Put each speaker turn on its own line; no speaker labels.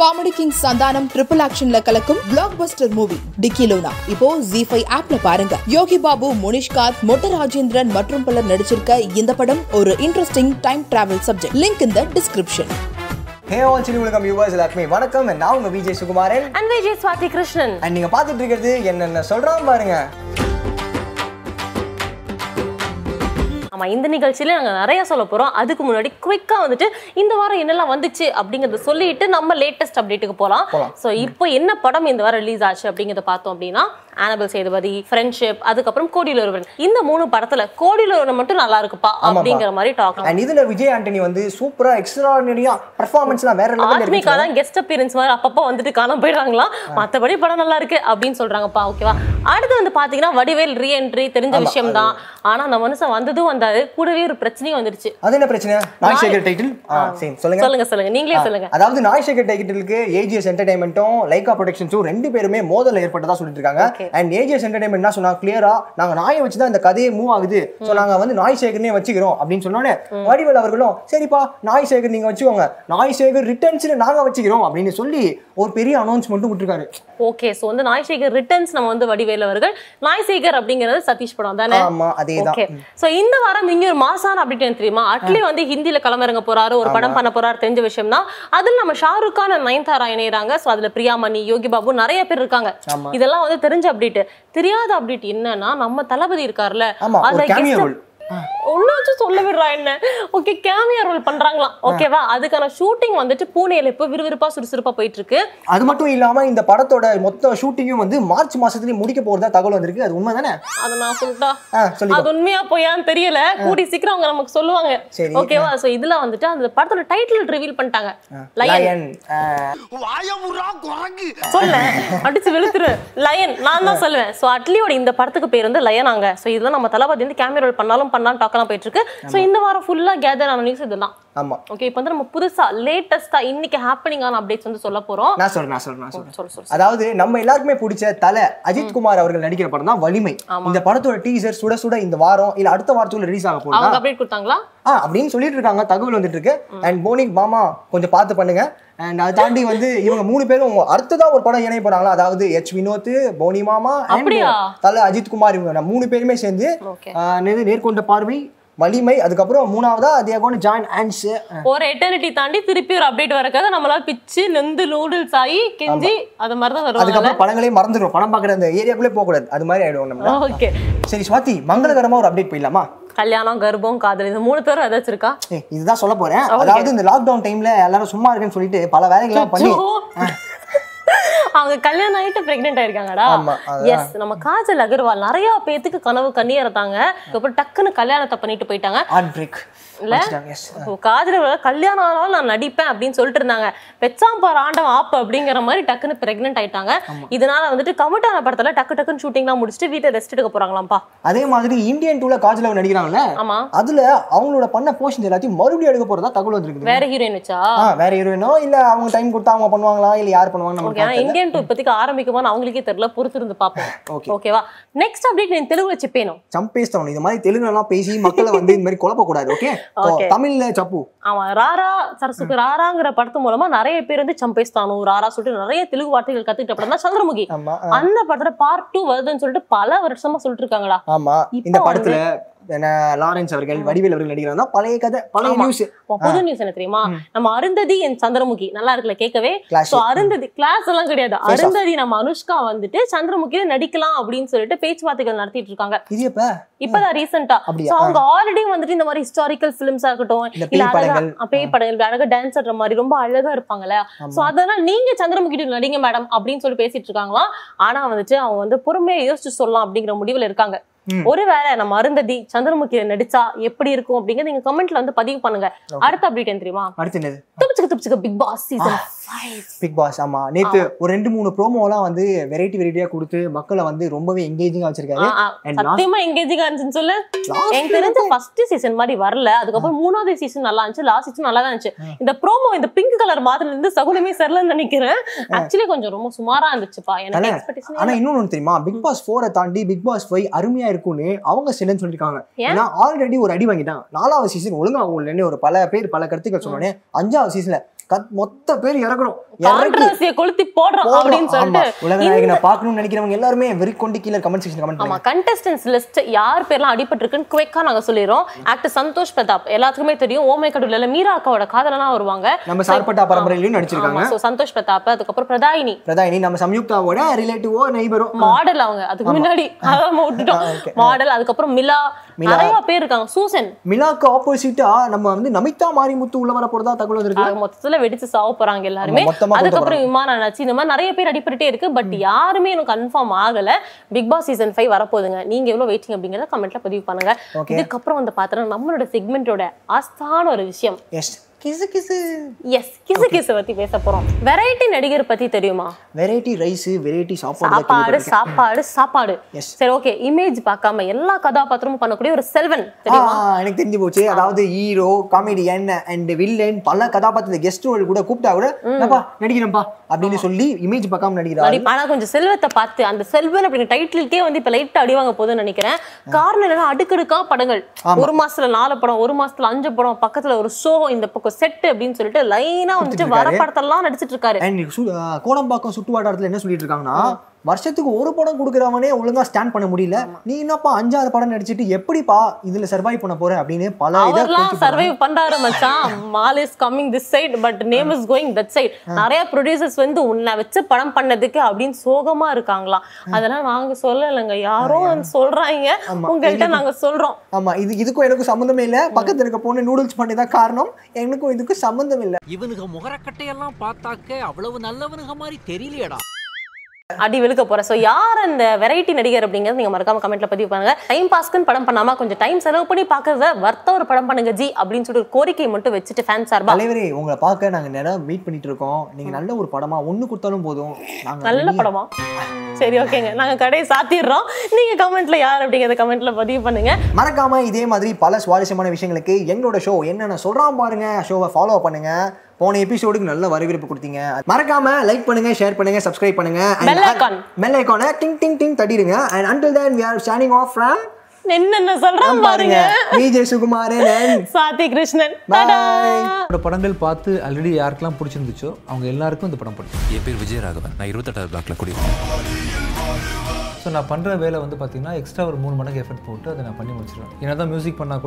Comedy king Santhanam triple ஆக்ஷன்ல கலக்கும் blockbuster movie Dikkiloona இப்போ ஜி ஃபைவ் ஆப்ல பாருங்க யோகி பாபு முனிஷ்காத் மொட்ட ராஜேந்திரன் மற்றும் பலர் நடிச்சிருக்க இந்த படம் ஒரு interesting time travel subject link இந்த டிஸ்கிரிப்ஷன்
ஹே ஆல் சிறு உலகம் யூவர்ஸ் எல்லாருக்குமே வணக்கம் நான் உங்க விஜய் சுகுமாரன்
அண்ட் விஜய் சுவாதி கிருஷ்ணன்
அண்ட் நீங்க பார்த்துட்டு இருக்கிறது என்னென்ன சொல்றான் பாருங்க
ஆமா இந்த நிகழ்ச்சியில நாங்க நிறைய சொல்ல போறோம் அதுக்கு முன்னாடி குயிக்கா வந்துட்டு இந்த வாரம் என்னெல்லாம் வந்துச்சு அப்படிங்கறத சொல்லிட்டு நம்ம லேட்டஸ்ட் அப்டேட்டுக்கு போலாம்
போலாம்.
சோ இப்போ என்ன படம் இந்த வாரம் ரிலீஸ் ஆச்சு அப்படிங்கறத பார்த்தோம் அப்படின்னா ஆனபல் சேதுபதி ஃப்ரெண்ட்ஷிப் அதுக்கப்புறம் கோடியில் ஒருவன் இந்த மூணு படத்துல கோடியில் ஒருவன் மட்டும் நல்லா இருக்குப்பா அப்படிங்கிற மாதிரி டாக்
அண்ட் இதுல விஜய் ஆண்டனி வந்து சூப்பரா எக்ஸ்ட்ராடினரியா பர்ஃபார்மன்ஸ்லாம் வேற லெவல்ல
ஆத்மிகா
இருக்கு
தான் கெஸ்ட் அப்பியரன்ஸ் மாதிரி அப்பப்போ வந்துட்டு காணாம போயிடுறாங்களா மத்தபடி படம் நல்லா இருக்கு அப்படின்னு சொல்றாங்கப்பா ஓகேவா அடுத்து வந்து பாத்தீங்கன்னா வடிவேல் ரீஎன்ட்ரி தெரிஞ்ச விஷயம் தான் ஆனா அந்த மனுஷன் வந்ததும் வந்தாரு கூடவே ஒரு பிரச்சனையும் வந்துருச்சு
அது என்ன பிரச்சனை நாய் சேகர் டைட்டில் ஆ சரி சொல்லுங்க
சொல்லுங்க சொல்லுங்க நீங்களே சொல்லுங்க
அதாவது நாய் சேகர் டைட்டிலுக்கு ஏஜிஎஸ் என்டர்டைன்மெண்ட்டும் லைகா ப்ரொடக்ஷன்ஸும் ரெண்டு பேருமே மோதல் ஏற்பட்டதா சொல்லிட்டு இருக்காங்க
Okay.
அண்ட் ஏஜிஎஸ் என்டர்டைன்மெண்ட் என்ன சொன்னா கிளியரா நாங்க நாயை வச்சு தான் இந்த கதையே மூவ் ஆகுது சோ நாங்க வந்து நாய் சேகர்னே வச்சுக்கிறோம் அப்படின்னு சொன்னோன்னே வடிவேல் அவர்களும் சரிப்பா நாய் சேகர் நீங்க வச்சுக்கோங்க நாய் சேகர் ரிட்டர்ன்ஸ்னு நாங்க வச்சுக்கிறோம் அப்படின்னு சொல்லி ஒரு பெரிய அனௌன்ஸ்மெண்ட்டும் விட்டுருக்காரு
ஓகே சோ வந்து நாய்சேகர் ரிட்டர்ன்ஸ் நம்ம வந்து வடிவேல் அவர்கள் நாய்சேகர் அப்படிங்கிறது சதீஷ் படம் தானே
ஆமா அதேதான்
ஓகே சோ இந்த வாரம் இங்க ஒரு மாசான அப்டேட் எனக்கு தெரியுமா அட்லி வந்து ஹிந்தில களமிறங்க போறாரு ஒரு படம் பண்ண போறாரு தெரிஞ்ச விஷயம் தான் அதுல நம்ம ஷாருக் கான் and நயன்தாரா இணையறாங்க சோ அதுல பிரியாமணி யோகி பாபு நிறைய பேர் இருக்காங்க
ஆமா.
இதெல்லாம் வந்து தெரிஞ்ச அப்டேட் தெரியாத அப்டேட் என்னன்னா நம்ம தளபதி இருக்காருல்ல
ஆமா
அதுல
ஒரு கேமியோ
guest-
ரோல்
ஒன்னாச்சும் சொல்ல விடுறா என்ன ஓகே கேமியா ரோல் பண்றாங்களாம் ஓகேவா அதுக்கான ஷூட்டிங் வந்துட்டு பூனேல இப்போ விறுவிறுப்பா சுறுசுறுப்பா போயிட்டு இருக்கு
அது மட்டும் இல்லாம இந்த படத்தோட மொத்த ஷூட்டிங்கும் வந்து மார்ச் மாசத்துலயே முடிக்க போறதா தகவல் வந்திருக்கு அது உண்மை தானே
அதை நான் சொல்லிட்டா
சொல்லி
அது உண்மையா பொய்யான்னு தெரியல கூடி சீக்கிரம் அவங்க நமக்கு சொல்லுவாங்க
சரி.
ஓகேவா சோ இதுல வந்துட்டு அந்த படத்தோட டைட்டில் ரிவீல் பண்ணிட்டாங்க லயன்
லயன் ஆ.
சொல்ல அடிச்சு வெளுத்துரு லயன் நான் தான் சொல்லுவேன் சோ அட்லியோட இந்த படத்துக்கு பேர் வந்து லயனாங்க சோ இதெல்லாம் நம்ம தளபதி வந்து கேமரா ரோல் பண்ணாலும் பண்ணாலும் டாக்கலாம் போயிட்டு இருக்கு சோ இந்த வாரம் ஃபுல்லா கேதர் ஆன நியூஸ் இதெல்லாம்
ஆமா
ஓகே இப்போ வந்து நம்ம புதுசா லேட்டஸ்டா இன்னைக்கு ஹேப்பனிங் ஆன அப்டேட்ஸ் வந்து சொல்ல போறோம்
நான் சொல்றேன் நான் சொல்றேன் நான் சொல்றேன்
சொல்லு சொல்லு
அதாவது நம்ம எல்லாருக்குமே பிடிச்ச தலை அஜித் குமார் அவர்கள் நடிக்கிற படம் தான் வலிமை இந்த படத்தோட டீசர் சுட சுட இந்த வாரம் இல்ல அடுத்த வாரத்துக்குள்ள ரிலீஸ் ஆக போகுதா
அவங்க அப்டேட் கொடுத்தாங்களா
ஆ அப்படின்னு சொல்லிட்டு இருக்காங்க தகவல் வந்துட்டு இருக்கு அண்ட் போனிக் மாமா கொஞ்சம் பார்த்து பண்ணுங்க அண்ட் அதை தாண்டி வந்து இவங்க மூணு பேரும் அடுத்ததா ஒரு படம் இணைய போறாங்களா அதாவது எச் வினோத் போனி மாமா and
அப்படியா?
தல அஜித் குமார் இவங்க நம்ம மூணு பேருமே சேர்ந்து
Okay.
ஆ, நேர்- நேர்கொண்ட பார்வை வலிமை அதுக்கப்புறம் மூணாவதா அதிகாரம் ஜாயின் ஹேண்ட்ஸ்
ஒரு எட்டர்னிட்டி தாண்டி திருப்பி ஒரு அப்டேட் வரக்காக நம்மளால பிச்சு நொந்து நூடுல்ஸ் ஆகி கெஞ்சி அது மாதிரி தான் வருவாங்க
அதுக்கப்புறம் படங்களே மறந்துடும் படம் பார்க்குற அந்த ஏரியாக்குள்ளே போகக்கூடாது அது மாதிரி ஆயிடுவோம் நம்ம
ஓகே
சரி ஸ்வாதி மங்களகரமா ஒரு அப்டேட் போயிடலாமா
கல்யாணம் கர்ப்பம் காதல் இது மூணு பேரும் ஏதாச்சும் இருக்கா
ஏய், இதுதான் சொல்ல போறேன் அதாவது இந்த லாக்டவுன் டைம்ல எல்லாரும் சும்மா இருக்குன்னு சொல்லிட்டு பல வேலைகள்லாம் பண்ணி
ஐயோ! அவங்க கல்யாணம் ஆயிட்டு பிரெக்னென்ட் ஆயிருக்காங்கடா
ஆமா, அதான்.
எஸ் நம்ம காஜல் அகர்வால் நிறைய பேத்துக்கு கனவு கண்ணியா இருந்தாங்க அதுக்கப்புறம் டக்குன்னு கல்யாணத்தை பண்ணிட்டு போயிட்டாங்க
ஹார்ட் பிரேக்
இல்ல?
எஸ்
இப்போ காஜல் அகர்வால் கல்யாணம் ஆனாலும் நான் நடிப்பேன் அப்படின்னு சொல்லிட்டு இருந்தாங்க பெச்சாம்பார் ஆண்டவன் ஆப்பு அப்படிங்கிற மாதிரி டக்குன்னு பிரெக்னென்ட் ஆயிட்டாங்க இதனால வந்துட்டு கமிட்டான படத்துல டக்கு டக்குன்னு ஷூட்டிங்லாம் முடிச்சுட்டு வீட்டை ரெஸ்ட் எடுக்க போறாங்களாம்ப்பா
அதே மாதிரி இந்தியன் டூல காஜல் அவர் நடிக்கிறாங்கல்ல
ஆமா
அதுல அவங்களோட பண்ண போர்ஷன் எல்லாத்தையும் மறுபடியும் எடுக்க போறதா தகவல் வந்திருக்குது
வேற ஹீரோயின் வச்சா
ஆ வேற ஹீரோயினோ இல்ல அவங்க டைம் கொடுத்தா அவங்க பண்ணுவாங்களா இல்ல யார் பண்ணுவாங்க
ஓகே ஆனா
நமக்கு
இந்தியன் டூ இப்போதைக்கு ஆரம்பிக்குமான்னு அவங்களுக்கே தெரியல பொறுத்திருந்து பார்ப்போம்
ஓகே
ஓகேவா நெக்ஸ்ட் அப்டேட் நீ தெலுங்குல சிப்பேனும்
சம்பேஸ் தவணை இது மாதிரி தெலுங்குல எல்லாம் பேசி மக்களை வந்து இந்த மாதிரி குழப்ப கூடாது ஓகே
Okay.
தமிழ்ல சப்பு
அவன் ராரா சரசுக்கு ராராங்கிற படத்து மூலமா நிறைய பேர் வந்து சம்பேஸ் தானு ராரா சொல்லிட்டு நிறைய தெலுங்கு வார்த்தைகள் கத்துக்கிட்ட படம் தான் சந்திரமுகி
ஆமா ஆ,
அந்த படத்துல பார்ட் டூ வருதுன்னு சொல்லிட்டு பல வருஷமா சொல்லிட்டு இருக்காங்கடா
ஆமா
இப்ப
இந்த படத்துல என்ன, லாரன்ஸ் அவர்கள் வடிவேல் அவர்கள் நடிக்கிறாங்க பழைய கதை பழைய
ஆமா.
நியூஸ்
உன் புது நியூஸ் என்ன தெரியுமா நம்ம அருந்ததி என் சந்திரமுகி நல்லா இருக்குல்ல கேட்கவே
கிளாஸ்
சோ அருந்ததி கிளாஸ் எல்லாம் கிடையாது
off.
அருந்ததி நம்ம அனுஷ்கா வந்துட்டு சந்திரமுகியில நடிக்கலாம் அப்படின்னு சொல்லிட்டு பேச்சுவார்த்தைகள் நடத்திட்டு இருக்காங்க
இது எப்ப
இப்பதான் ரீசெண்டா
அப்படியா?
சோ அவங்க ஆல்ரெடி வந்துட்டு இந்த மாதிரி ஹிஸ்டாரிக்கல் ஃபிலிம்ஸா இருக்கட்டும்
இந்த
இல்ல
பேய்
அழகா
படங்கள்
அஹ் பேய் படங்கள் இப்படி அழகா டான்ஸ் ஆடுற மாதிரி ரொம்ப அழகா இருப்பாங்கல்ல சோ அதனால நீங்க சந்திரமுகிட்ட நடிங்க மேடம் அப்படின்னு சொல்லி பேசிட்டு இருக்காங்களாம் ஆனா வந்துட்டு அவங்க வந்து பொறுமையா யோசிச்சு சொல்லலாம் அப்படிங்கிற முடிவுல இருக்காங்க
ம்.
ஒருவேளை நம்ம அருந்ததி சந்திரமுகியில நடிச்சா எப்படி இருக்கும் அப்படிங்கறத நீங்க கமெண்ட்ல வந்து பதிவு பண்ணுங்க
Okay. Ah.
அடுத்த அப்டேட் என்ன தெரியுமா
அடுத்து என்னது
துப்பிச்சுக்க துப்பிச்சுக்க big pass season
Bigg Boss ஆமா நேத்து ஒரு ரெண்டு மூணு ப்ரோமோலாம் வந்து வெரைட்டி வெரைட்டியா கொடுத்து மக்களை வந்து ரொம்பவே எங்கேஜிங்கா வச்சிருக்காரு And last-
சத்தியமா எங்கேஜிங்கா இருந்துச்சுன்னு சொல்லு
Last
எனக்கு தெரிஞ்ச ஃபர்ஸ்ட் சீசன் மாதிரி வரல அதுக்கப்புறம் மூணாவது சீசன் நல்லா இருந்துச்சு லாஸ்ட் சீசன் நல்லா தான் இருந்துச்சு இந்த ப்ரோமோ இந்த பிங்க் கலர் மாதிரி இருந்து சகுனமே சரிலன்னு நினைக்கிறேன் ஆக்சுவலி கொஞ்சம் ரொம்ப சுமாரா இருந்துச்சுப்பா எனக்கு
அண்ணா,
எக்ஸ்பெக்டேஷன்
ஆனா இன்னொன்னு தெரியுமா பிக் பாஸ் ஃபோரை தாண்டி பிக் பாஸ் ஃபைவ் அருமையா இருக்கும்னு அவங்க சிலன்னு சொல்லியிருக்காங்க
ஏன்?
ஏன்னா ஆல்ரெடி ஒரு அடி வாங்கிட்டான் நாலாவது சீசன் ஒழுங்கா இல்லைன்னு ஒரு பல பேர் பல கருத்துக்கள் சொன்னோடனே அஞ்சாவது சீசன்ல கத்- மொத்த பேர் இறக்குறோம் இறக்கி
கான்ட்ரவர்சியை கொளுத்தி போடுறோம் அப்படின்னு
ஆமா. உலக
சொல்லிட்டு
நாயகனை பார்க்கணும்னு நினைக்கிறவங்க எல்லாருமே வெறி கொண்டு கீழே கமெண்ட் செக்ஷன் கமெண்ட்
ஆமா கண்டஸ்டன்ஸ் லிஸ்ட் யார் பேர்லாம் அடிபட்டிருக்குன்னு குயிக்கா நாங்க சொல்லிடுறோம் ஆக்டர் சந்தோஷ் பிரதாப் எல்லாத்துக்குமே தெரியும் ஓமை கடவுள்ல மீரா அக்காவோட காதலனா வருவாங்க
நம்ம சார்பட்டா பரம்பரையிலயும் நடிச்சிருக்காங்க
ஆமா சோ சந்தோஷ் பிரதாப் அதுக்கப்புறம் பிரதாயினி
பிரதாயினி நம்ம சம்யுக்தாவோட ரிலேட்டிவோ நெய்பரோ
மாடல் அவங்க அதுக்கு முன்னாடி அதான் நம்ம விட்டுட்டோம்
ஆ, okay.
மாடல் அதுக்கப்புறம் மிலா நிறைய பேர் இருக்காங்க சூசன்
மிலாக்கு ஆப்போசிட்டா நம்ம வந்து நமிதா மாரிமுத்து உள்ள வர போறதா தகவல் வந்திருக்கு
ஆக மொத்தத்துல வெடிச்சு சாவ போறாங்க எல்லாருமே
ஆமா, மொத்தமா கொண்டு
அதுக்கப்புறம் விமான நச்சு இந்த மாதிரி நிறைய பேர் அடிபட்டுட்டே இருக்கு பட் யாருமே எனக்கு கன்ஃபார்ம் ஆகல பிக் பாஸ் சீசன் ஃபைவ் வரப்போகுதுங்க நீங்க எவ்வளவு வெயிட்டிங் அப்படிங்கறத கமெண்ட்ல பதிவு பண்ணுங்க
Okay.
இதுக்கப்புறம் வந்து பார்த்தோன்னா நம்மளோட செக்மெண்டோட ஆஸ்தான ஒரு விஷயம்
எஸ் கிசு கிசு
எஸ் கிசு கிசு பத்தி பேச போறோம் வெரைட்டி நடிகர் பத்தி தெரியுமா
வெரைட்டி ரைஸ் வெரைட்டி
சாப்பாடு
சாப்பாடு
சாப்பாடு சாப்பாடு
Yes.
சரி ஓகே இமேஜ் பார்க்காம எல்லா கதாபாத்திரமும் பண்ணக்கூடிய ஒரு செல்வன்
ஆ,
தெரியுமா
ஆ, எனக்கு தெரிஞ்சு போச்சு அதாவது ஹீரோ காமெடியன் அண்ட் வில்லன் பல கதாபாத்திரத்தை கெஸ்ட் ரோல் கூட கூப்பிட்டா கூட "என்னப்பா, நடிக்கிறேன்ப்பா அப்படின்னு சொல்லி இமேஜ் பார்க்காம நடிக்கிறாரு
நடிப்பு. ஆனா கொஞ்சம் செல்வத்தை பார்த்து அந்த செல்வன் அப்படிங்கிற டைட்டிலுக்கே வந்து இப்ப லைட்டா அடி வாங்க போகுதுன்னு நினைக்கிறேன் காரணம் என்னன்னா அடுக்கடுக்கா படங்கள் ஒரு மாசத்துல நாலு படம் ஒரு மாசத்துல அஞ்சு படம் பக்கத்துல ஒரு ஷோ இந்த பக்கம் செட் அப்படின்னு சொல்லிட்டு லைனா வந்துட்டு வர படத்தெல்லாம் நடிச்சிட்டு இருக்காரு
அண்ட் சு- ஆ, கோடம்பாக்கம் சுற்றுவட்டாரத்துல என்ன சொல்லிட்டு இருக்காங்கன்னா வருஷத்துக்கு ஒரு படம் கொடுக்குறவனே ஒழுங்கா ஸ்டாண்ட் பண்ண முடியல நீ என்னப்பா அஞ்சாறு படம் நடிச்சிட்டு எப்படிப்பா இதுல சர்வைவ் பண்ண போற அப்படின்னு பல இதை
அவர்லாம் சர்வைவ் பண்றாரு மச்சான் mall is coming this side but name is going that side நிறைய ப்ரொடியூசர்ஸ் வந்து உன்னை வச்சு படம் பண்ணதுக்கு அப்படின்னு சோகமா இருக்காங்களாம் அதெல்லாம் நாங்க சொல்லலைங்க யாரோ வந்து சொல்றாங்க உங்கள்கிட்ட நாங்க சொல்றோம்
ஆமா இது இதுக்கும் எனக்கும் சம்மந்தமே இல்ல பக்கத்துல இருக்க பொண்ணு நூடுல்ஸ் பண்ணி தான் காரணம் எனக்கும் இதுக்கும் சம்மந்தம் இல்ல
இவனுக முகரக்கட்டையெல்லாம் பார்த்தாக்க அவ்வளவு நல்லவனுக மாதிரி தெரியலையடா
அடி வெளுக்க போற சோ யார் அந்த வெரைட்டி நடிகர் அப்படிங்கறது நீங்க மறக்காம கமெண்ட்ல பதிவு பண்ணுங்க டைம் பாஸ்க்குன்னு படம் பண்ணாம கொஞ்சம் டைம் செலவு பண்ணி பாக்குறத வர்த்த ஒரு படம் பண்ணுங்க ஜி அப்படின்னு சொல்லிட்டு ஒரு கோரிக்கையை மட்டும் வச்சுட்டு ஃபேன் சார்பா
தலைவரே உங்களை பார்க்க நாங்க நிறைய மீட் பண்ணிட்டு இருக்கோம் நீங்க நல்ல ஒரு படமா ஒண்ணு கொடுத்தாலும் போதும் நாங்க
நல்ல
வெளிய-
படமா சரி ஓகேங்க நாங்க கடையை சாத்திடுறோம் நீங்க கமெண்ட்ல யார் அப்படிங்கறத கமெண்ட்ல பதிவு பண்ணுங்க
மறக்காம இதே மாதிரி பல சுவாரஸ்யமான விஷயங்களுக்கு எங்களோட ஷோ என்னென்ன சொல்றான் பாருங்க ஷோவை ஃபாலோ பண்ணுங்க போன எபிசோடுக்கு நல்ல வரவேற்பு கொடுத்தீங்க மறக்காம லைக் பண்ணுங்க ஷேர் பண்ணுங்க சப்ஸ்கிரைப் பண்ணுங்க
Bell icon.
பெல் ஐக்கானை டிங் டிங் டிங் தட்டிடுங்க and until then we are standing off from
என்னென்ன சொல்றோம் பாருங்க
பாருங்க விஜய் சுகுமாரன் and
சாத்தி கிருஷ்ணன்
Bye.
டாடா.
அவரோட படங்கள் பார்த்து ஆல்ரெடி யாருக்கெல்லாம் பிடிச்சிருந்துச்சோ அவங்க எல்லாருக்கும் இந்த படம் பிடிக்கும்
என் பேர் விஜயராகவன் நான் இருபத்தெட்டாவது பிளாக்ல குடியிருக்கேன்
ஸோ நான் பண்ணுற வேலை வந்து பார்த்தீங்கன்னா எக்ஸ்ட்ரா ஒரு மூணு மடங்கு எஃபர்ட் போட்டு அதை நான் பண்ணி முடிச்சிருவேன் என்ன தான் மியூசிக் பண்ணால்